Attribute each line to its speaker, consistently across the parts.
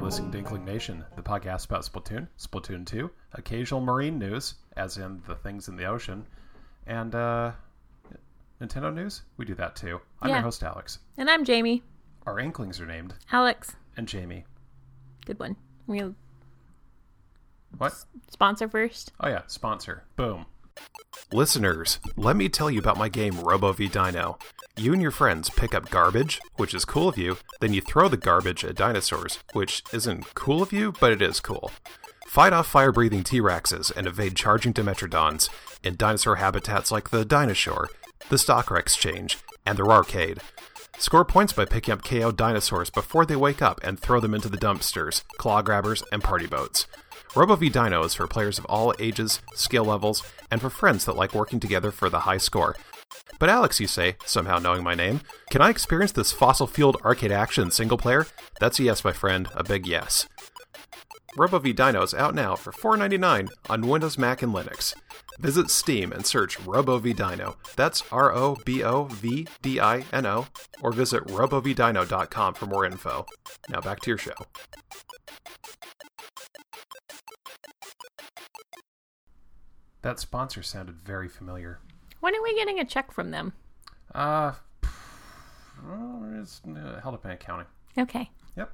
Speaker 1: listening to Inkling Nation, the podcast about Splatoon, Splatoon 2, occasional marine news, as in the things in the ocean, and uh, Nintendo news. We do that too. I'm
Speaker 2: Yeah.
Speaker 1: your host, Alex.
Speaker 2: And I'm Jamie.
Speaker 1: Our Inklings are named,
Speaker 2: Alex,
Speaker 1: and Jamie.
Speaker 2: good one. Real
Speaker 1: What?
Speaker 2: sponsor first.
Speaker 1: Oh, yeah, sponsor. Boom. Listeners, let me tell you about my game Robo v Dino. You and your friends pick up garbage, which is cool of you, then you throw the garbage at dinosaurs, which isn't cool of you, but it is cool. Fight off fire breathing T Rexes and evade charging Dimetrodons in dinosaur habitats like the Dinosaur, the Stocker Exchange, and the Rarcade. Score points by picking up KO dinosaurs before they wake up and throw them into the dumpsters, claw grabbers, and party boats. Robo v Dino is for players of all ages, skill levels, and for friends that like working together for the high score. But Alex, you say, somehow knowing my name, can I experience this fossil fueled arcade action single player? That's a yes, my friend, a big yes. Robo v Dino is out now for $4.99 on Windows, Mac, and Linux. Visit Steam and search Robo v Dino. That's R O B O V D I N O, or visit robovdino.com for more info. Now back to your show. That sponsor sounded very familiar.
Speaker 2: When are we getting a check from them?
Speaker 1: Uh, well, it's uh, held up in accounting.
Speaker 2: Okay.
Speaker 1: Yep.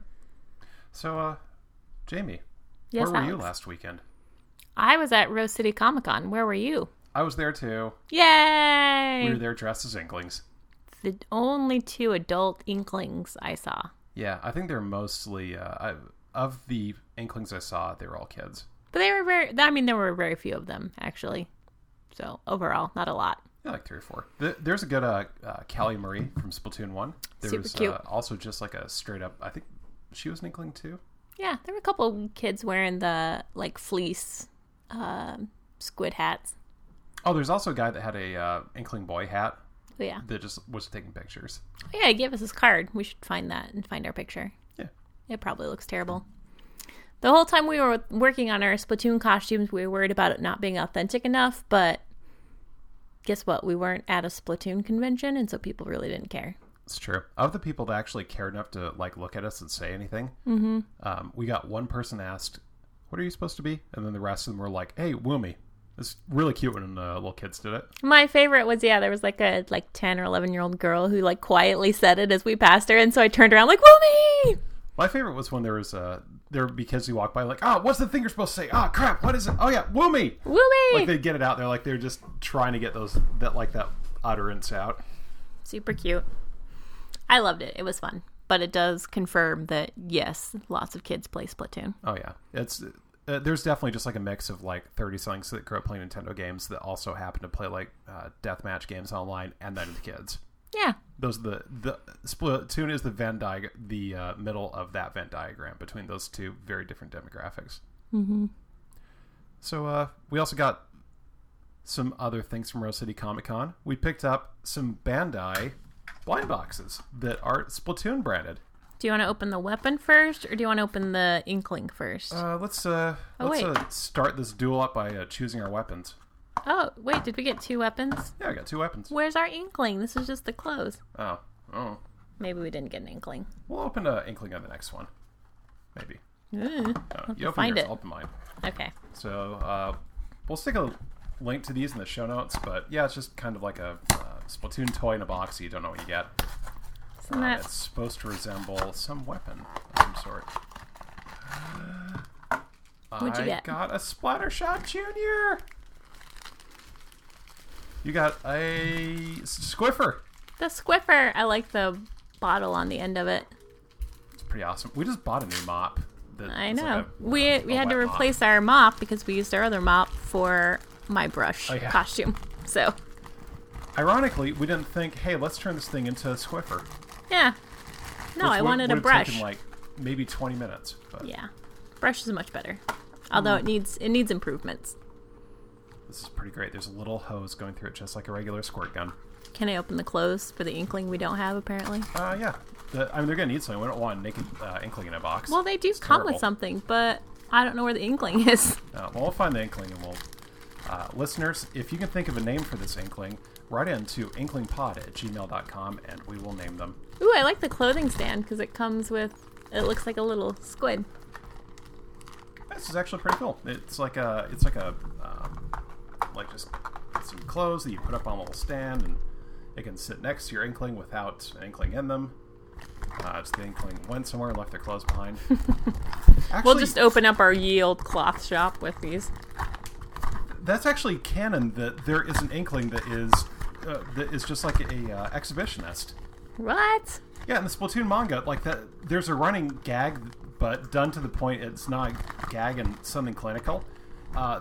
Speaker 1: So, uh, Jamie,
Speaker 2: Yes,
Speaker 1: where were you
Speaker 2: Alex.
Speaker 1: last weekend?
Speaker 2: I was at Rose City Comic Con. Where were you?
Speaker 1: I was there too.
Speaker 2: Yay!
Speaker 1: We were there dressed as Inklings.
Speaker 2: The only two adult inklings I saw.
Speaker 1: Yeah, I think they're mostly uh, I, of the Inklings I saw. They were all kids.
Speaker 2: But they were very, I mean, there were very few of them, actually. So overall, not a lot.
Speaker 1: Yeah, like three or four. Th- There's a good uh, uh, Callie Marie from Splatoon One. There
Speaker 2: Super
Speaker 1: was
Speaker 2: cute.
Speaker 1: Uh, also just like a straight up. I think she was an Inkling too.
Speaker 2: Yeah, there were a couple kids wearing the like fleece um, squid hats.
Speaker 1: Oh, there's also a guy that had a uh, Inkling boy hat
Speaker 2: But yeah.
Speaker 1: that just was taking pictures.
Speaker 2: Oh, yeah, he gave us his card. We should find that and find our picture.
Speaker 1: Yeah.
Speaker 2: It probably looks terrible. The whole time we were working on our Splatoon costumes, we were worried about it not being authentic enough, but guess what? We weren't at a Splatoon convention, and so people really didn't care.
Speaker 1: It's true. Of the people that actually cared enough to like look at us and say anything,
Speaker 2: Mm-hmm.
Speaker 1: um, we got one person asked, "What are you supposed to be?" And then the rest of them were like, "Hey, Woomy." It's really cute when uh, little kids did it.
Speaker 2: My favorite was yeah, there was like a like ten or eleven year old girl who like quietly said it as we passed her, and so I turned around like woo me.
Speaker 1: My favorite was when there was uh, there would be kids who walked by like, "Ah, what's the thing you're supposed to say? Ah, crap, what is it? Oh yeah, Woomy."
Speaker 2: Woo me!
Speaker 1: Like they'd get it out there, like they're just trying to get those that like that utterance out.
Speaker 2: Super cute. I loved it. It was fun. But it does confirm that yes, lots of kids play Splatoon.
Speaker 1: Oh yeah, it's uh, there's definitely just like a mix of like thirty somethings that grew up playing Nintendo games that also happen to play like uh, deathmatch games online, and then the kids.
Speaker 2: Yeah.
Speaker 1: Those are the the Splatoon is the Venn diag the uh, middle of that Venn diagram between those two very different demographics. Mm-hmm. So uh, we also got some other things from Rose City Comic Con. We picked up some Bandai blind boxes that are Splatoon branded.
Speaker 2: Do you want to open the weapon first, or do you want to open the inkling first?
Speaker 1: Uh, let's uh,
Speaker 2: Oh,
Speaker 1: let's
Speaker 2: wait.
Speaker 1: uh, start this duel up by uh, choosing our weapons.
Speaker 2: oh, wait, did we get two weapons?
Speaker 1: Yeah, I got two weapons.
Speaker 2: Where's our inkling? This is just the clothes.
Speaker 1: Oh, oh,
Speaker 2: Maybe we didn't get an inkling.
Speaker 1: we'll open an inkling on the next one, maybe. No,
Speaker 2: Ugh. have
Speaker 1: you
Speaker 2: to
Speaker 1: open
Speaker 2: find
Speaker 1: yours,
Speaker 2: it.
Speaker 1: I'll open mine.
Speaker 2: Okay.
Speaker 1: So uh, we'll stick a link to these in the show notes, but yeah, it's just kind of like a uh, Splatoon toy in a box. that You don't know what you get.
Speaker 2: Isn't
Speaker 1: Um,
Speaker 2: that
Speaker 1: it's supposed to resemble some weapon of some sort.
Speaker 2: What'd you
Speaker 1: I
Speaker 2: get?
Speaker 1: got a splatter shot, Junior. You got a squiffer.
Speaker 2: the Squiffer? I like the bottle on the end of it.
Speaker 1: It's pretty awesome. We just bought a new mop. that
Speaker 2: I
Speaker 1: is like
Speaker 2: know.
Speaker 1: a-
Speaker 2: we we
Speaker 1: a
Speaker 2: had to
Speaker 1: wet mop.
Speaker 2: replace our mop because we used our other mop for my brush
Speaker 1: Oh, yeah.
Speaker 2: costume. So
Speaker 1: Ironically, we didn't think, hey, let's turn this thing into a squiffer.
Speaker 2: yeah.
Speaker 1: which
Speaker 2: No, I
Speaker 1: would-
Speaker 2: wanted a
Speaker 1: would have taken,
Speaker 2: brush.
Speaker 1: like maybe 20 minutes. But
Speaker 2: Yeah, brush is much better.
Speaker 1: Hmm.
Speaker 2: Although it needs it needs improvements.
Speaker 1: This is pretty great. There's a little hose going through it, just like a regular squirt gun.
Speaker 2: Can I open the clothes for the inkling we don't have apparently?
Speaker 1: Uh, yeah. The, I mean, they're gonna need something. We don't want a naked uh, inkling in a box.
Speaker 2: Well, they do come
Speaker 1: terrible.
Speaker 2: with something, but I don't know where the inkling is.
Speaker 1: Uh, well, we'll find the inkling and we'll. Uh, listeners, if you can think of a name for this inkling, write in to inklingpod at gmail.com and we will name them.
Speaker 2: Ooh, I like the clothing stand because it comes with It looks like a little squid.
Speaker 1: This is actually pretty cool. It's like a, it's like a, um, like just some clothes that you put up on a little stand, and it can sit next to your inkling without an inkling in them. Uh, just the inkling went somewhere and left their clothes behind. actually,
Speaker 2: We'll just open up our ye old cloth shop with these.
Speaker 1: that's actually canon that there is an inkling that is uh, that is just like a uh, exhibitionist.
Speaker 2: What?
Speaker 1: Yeah, in the Splatoon manga, like that, there's a running gag, but done to the point it's not a gag and something clinical. Uh,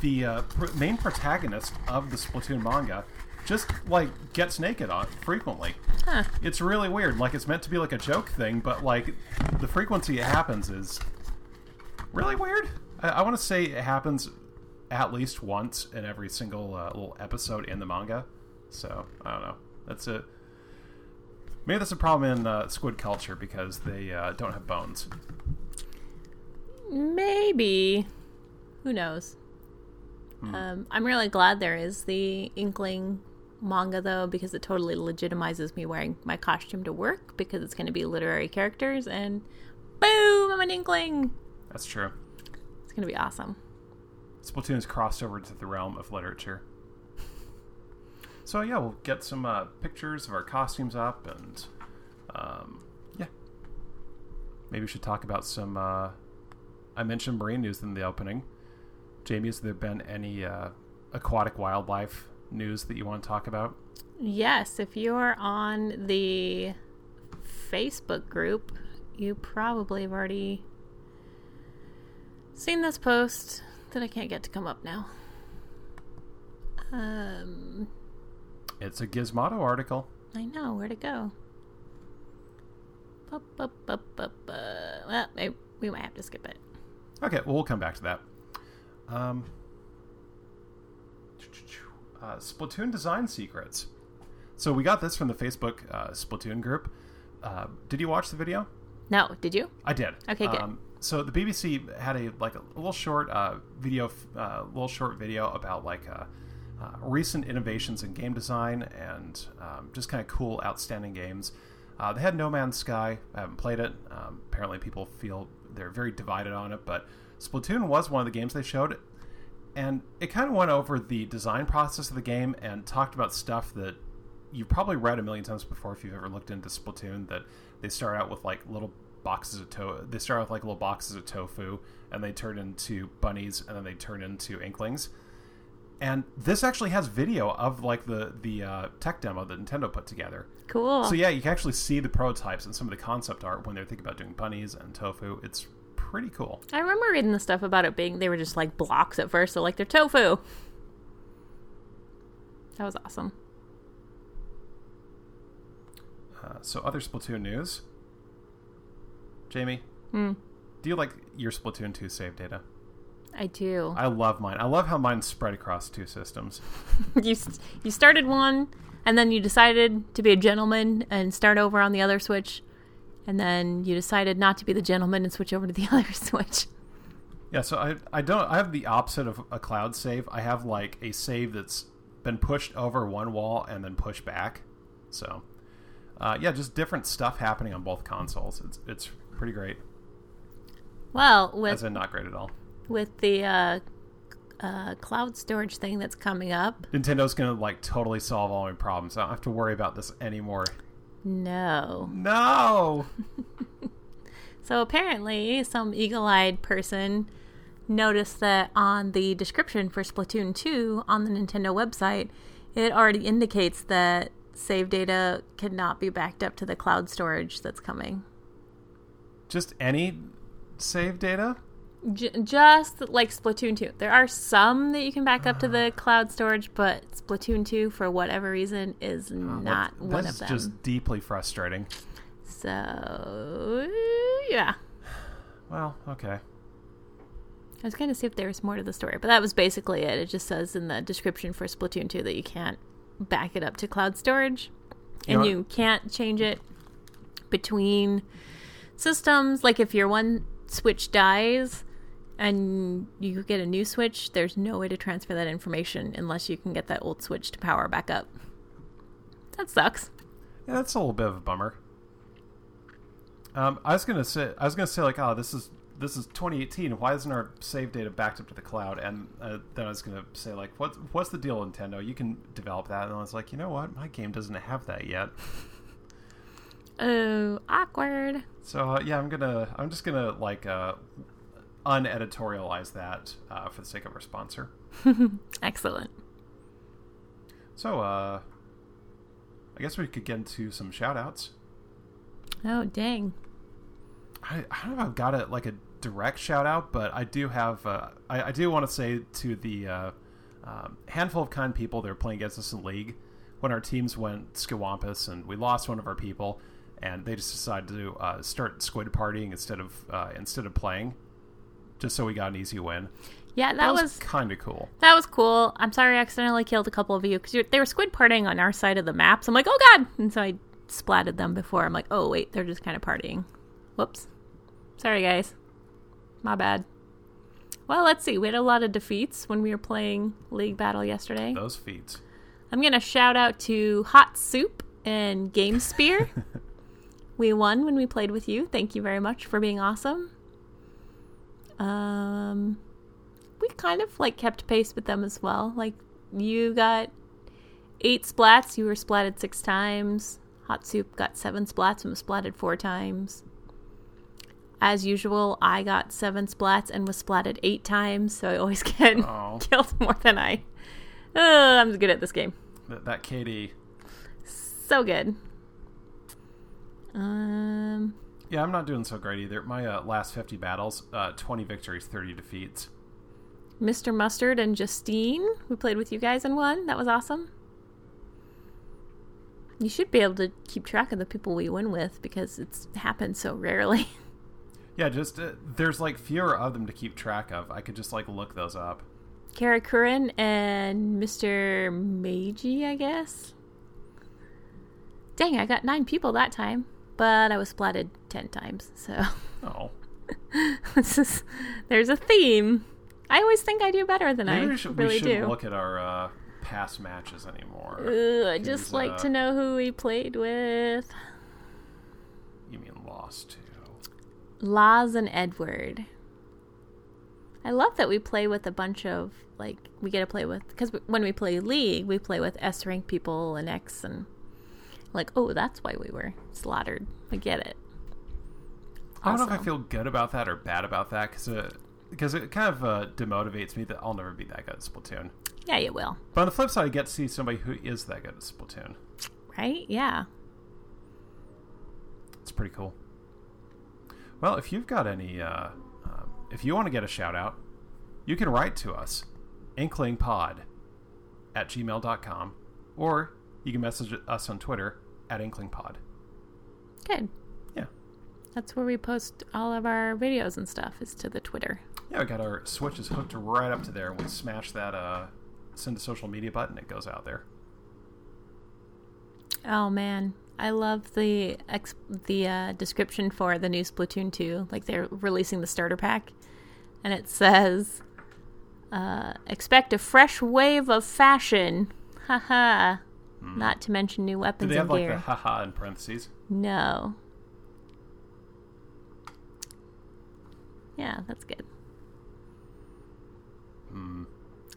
Speaker 1: the uh, pr- main protagonist of the Splatoon manga just like gets naked on frequently.
Speaker 2: Huh.
Speaker 1: It's really weird. Like it's meant to be like a joke thing, but like the frequency it happens is really weird. I, I want to say it happens at least once in every single uh, little episode in the manga. So I don't know. That's a maybe that's a problem in uh, squid culture because they uh, don't have bones.
Speaker 2: Maybe. Who knows? Um, I'm really glad there is the Inkling manga, though, because it totally legitimizes me wearing my costume to work because it's going to be literary characters, and boom, I'm an Inkling!
Speaker 1: That's true.
Speaker 2: It's going to be awesome.
Speaker 1: Splatoon's crossed over to the realm of literature. So yeah, we'll get some uh, pictures of our costumes up, and um, yeah, maybe we should talk about some. Uh, I mentioned marine news in the opening. Jamie, has there been any uh, aquatic wildlife news that you want to talk about?
Speaker 2: Yes, if you're on the Facebook group, you probably have already seen this post that I can't get to come up now. Um,
Speaker 1: It's a Gizmodo article.
Speaker 2: I know where to go. Bup, bup, bup, bup, bup. Well, maybe we might have to skip it.
Speaker 1: Okay, well, we'll come back to that. Um, uh, Splatoon design secrets. So we got this from the Facebook uh, Splatoon group. Uh, did you watch the video?
Speaker 2: No, did you?
Speaker 1: I did. Um,
Speaker 2: Okay, good.
Speaker 1: so the BBC had a like a little short uh, video, uh, little short video about like uh, uh, recent innovations in game design and um, just kind of cool, outstanding games. Uh, they had No Man's Sky. I haven't played it. Um, apparently, people feel they're very divided on it, but Splatoon was one of the games they showed, and it kind of went over the design process of the game and talked about stuff that you've probably read a million times before if you've ever looked into Splatoon that they start out with like little boxes of to they start out with like little boxes of tofu and they turn into bunnies and then they turn into inklings. And this actually has video of like the the uh, tech demo that Nintendo put together.
Speaker 2: Cool.
Speaker 1: So yeah, you can actually see the prototypes and some of the concept art when they're thinking about doing bunnies and tofu. It's pretty cool.
Speaker 2: I remember reading the stuff about it being they were just like blocks at first, so like they're tofu. That was awesome.
Speaker 1: Uh, so other Splatoon news. Jamie,
Speaker 2: Hmm.
Speaker 1: do you like your Splatoon 2 save data?
Speaker 2: I do.
Speaker 1: I love mine. I love how mine's spread across two systems.
Speaker 2: you s- you started one, and then you decided to be a gentleman and start over on the other switch, and then you decided not to be the gentleman and switch over to the other switch.
Speaker 1: Yeah, so I I don't I have the opposite of a cloud save. I have like a save that's been pushed over one wall and then pushed back. So, uh, yeah, just different stuff happening on both consoles. It's it's pretty great.
Speaker 2: Well, with
Speaker 1: As in, not great at all.
Speaker 2: with the uh, uh, cloud storage thing that's coming up,
Speaker 1: Nintendo's gonna like totally solve all my problems. I don't have to worry about this anymore.
Speaker 2: no.
Speaker 1: No.
Speaker 2: So apparently, some eagle eyed person noticed that on the description for Splatoon 2 on the Nintendo website, it already indicates that save data cannot be backed up to the cloud storage that's coming.
Speaker 1: just any save data.
Speaker 2: J- just like Splatoon 2. There are some that you can back up to the cloud storage, but Splatoon 2, for whatever reason, is not
Speaker 1: That's-
Speaker 2: one
Speaker 1: that's
Speaker 2: of them.
Speaker 1: just deeply frustrating.
Speaker 2: So, yeah.
Speaker 1: Well, okay.
Speaker 2: I was going to see if there was more to the story, but that was basically it. It just says in the description for Splatoon 2 that you can't back it up to cloud storage
Speaker 1: You
Speaker 2: and
Speaker 1: know-
Speaker 2: you can't change it between systems. Like if your one Switch dies and you get a new Switch, there's no way to transfer that information unless you can get that old Switch to power back up. That sucks.
Speaker 1: Yeah, that's a little bit of a bummer. Um, I was gonna say, I was gonna say, like, oh, this is this is 2018. Why isn't our save data backed up to the cloud? And uh, then I was gonna say, like, what what's the deal, Nintendo? You can develop that. And I was like, you know what, my game doesn't have that yet.
Speaker 2: Oh, awkward.
Speaker 1: So uh, yeah, I'm gonna, I'm just gonna like uh, uneditorialize that uh, for the sake of our sponsor.
Speaker 2: Excellent.
Speaker 1: So uh, I guess we could get into some shout outs.
Speaker 2: Oh, dang.
Speaker 1: I, I don't know if I've got it like a direct shout out, but I do have. Uh, I, I do want to say to the uh, um, handful of kind people that are playing against us in league when our teams went Skiwampus and we lost one of our people, and they just decided to uh, start squid partying instead of uh, instead of playing, just so we got an easy win.
Speaker 2: Yeah, that, was,
Speaker 1: kind of cool.
Speaker 2: that was cool. I'm sorry I accidentally killed a couple of you because they were squid partying on our side of the map. So I'm like, oh god, and so I splatted them before. I'm like, oh wait, they're just kind of partying. Whoops. Sorry guys, my bad. Well, let's see. We had a lot of defeats when we were playing League Battle yesterday.
Speaker 1: Those feats.
Speaker 2: I'm gonna shout out to Hot Soup and Game Spear. we won when we played with you. Thank you very much for being awesome. Um, we kind of like kept pace with them as well. Like you got eight splats, you were splatted six times. Hot Soup got seven splats and was splatted four times. As usual, I got seven splats and was splatted eight times, so I always get
Speaker 1: Oh.
Speaker 2: killed more than I. Ugh, I'm good at this game
Speaker 1: That, that Katie.
Speaker 2: so good. Um,
Speaker 1: Yeah, I'm not doing so great either. My uh, last 50 battles, uh, 20 victories, 30 defeats.
Speaker 2: Mr. Mustard and Justine, we played with you guys in one. That was awesome. You should be able to keep track of the people we win with because it's happened so rarely.
Speaker 1: Yeah, just uh, there's like fewer of them to keep track of. I could just like look those up.
Speaker 2: Kara Curran and Mr. Meiji, I guess. Dang, I got nine people that time, but I was splatted ten times, so.
Speaker 1: Oh,
Speaker 2: this is, there's a theme. I always think I do better than
Speaker 1: maybe
Speaker 2: I
Speaker 1: we, should,
Speaker 2: really
Speaker 1: we shouldn't
Speaker 2: do.
Speaker 1: look at our uh, past matches anymore.
Speaker 2: Ugh, I'd just
Speaker 1: Who's,
Speaker 2: like
Speaker 1: uh,
Speaker 2: to know who we played with.
Speaker 1: You mean lost to?
Speaker 2: Laz and Edward. I love that we play with a bunch of, like, we get to play with, because when we play League, we play with S rank people and X and, like, oh, that's why we were slaughtered. I get it.
Speaker 1: I don't know if I
Speaker 2: Awesome.
Speaker 1: feel good about that or bad about that because it because it kind of uh, demotivates me that I'll never be that good at Splatoon.
Speaker 2: Yeah, you will.
Speaker 1: But on the flip side, I get to see somebody who is that good at Splatoon.
Speaker 2: Right? Yeah.
Speaker 1: It's pretty cool. Well, if you've got any, uh, um, if you want to get a shout out, you can write to us, inklingpod at gmail.com, or you can message us on Twitter at inklingpod.
Speaker 2: Good.
Speaker 1: Yeah.
Speaker 2: That's where we post all of our videos and stuff, is to the Twitter.
Speaker 1: Yeah, we got our switches hooked right up to there. and We smash that uh, send to social media button, it goes out there.
Speaker 2: Oh man, I love the ex- the uh, description for the new Splatoon 2. Like they're releasing the starter pack, and it says, uh, "Expect a fresh wave of fashion." Haha. Not to mention new
Speaker 1: Hmm. Do
Speaker 2: weapons
Speaker 1: they
Speaker 2: and
Speaker 1: have like
Speaker 2: gear.
Speaker 1: the haha in parentheses?
Speaker 2: no. Yeah, that's good.
Speaker 1: Hmm.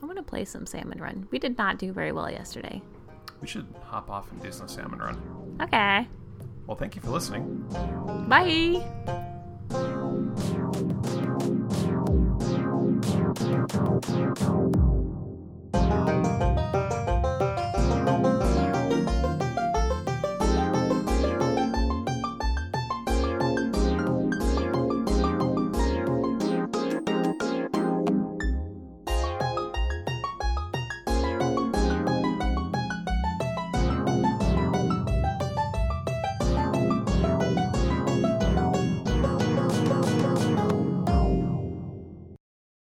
Speaker 2: I want to play some Salmon Run. We did not do very well yesterday.
Speaker 1: We should hop off and do some salmon run.
Speaker 2: Okay.
Speaker 1: Well, thank you for listening.
Speaker 2: Bye.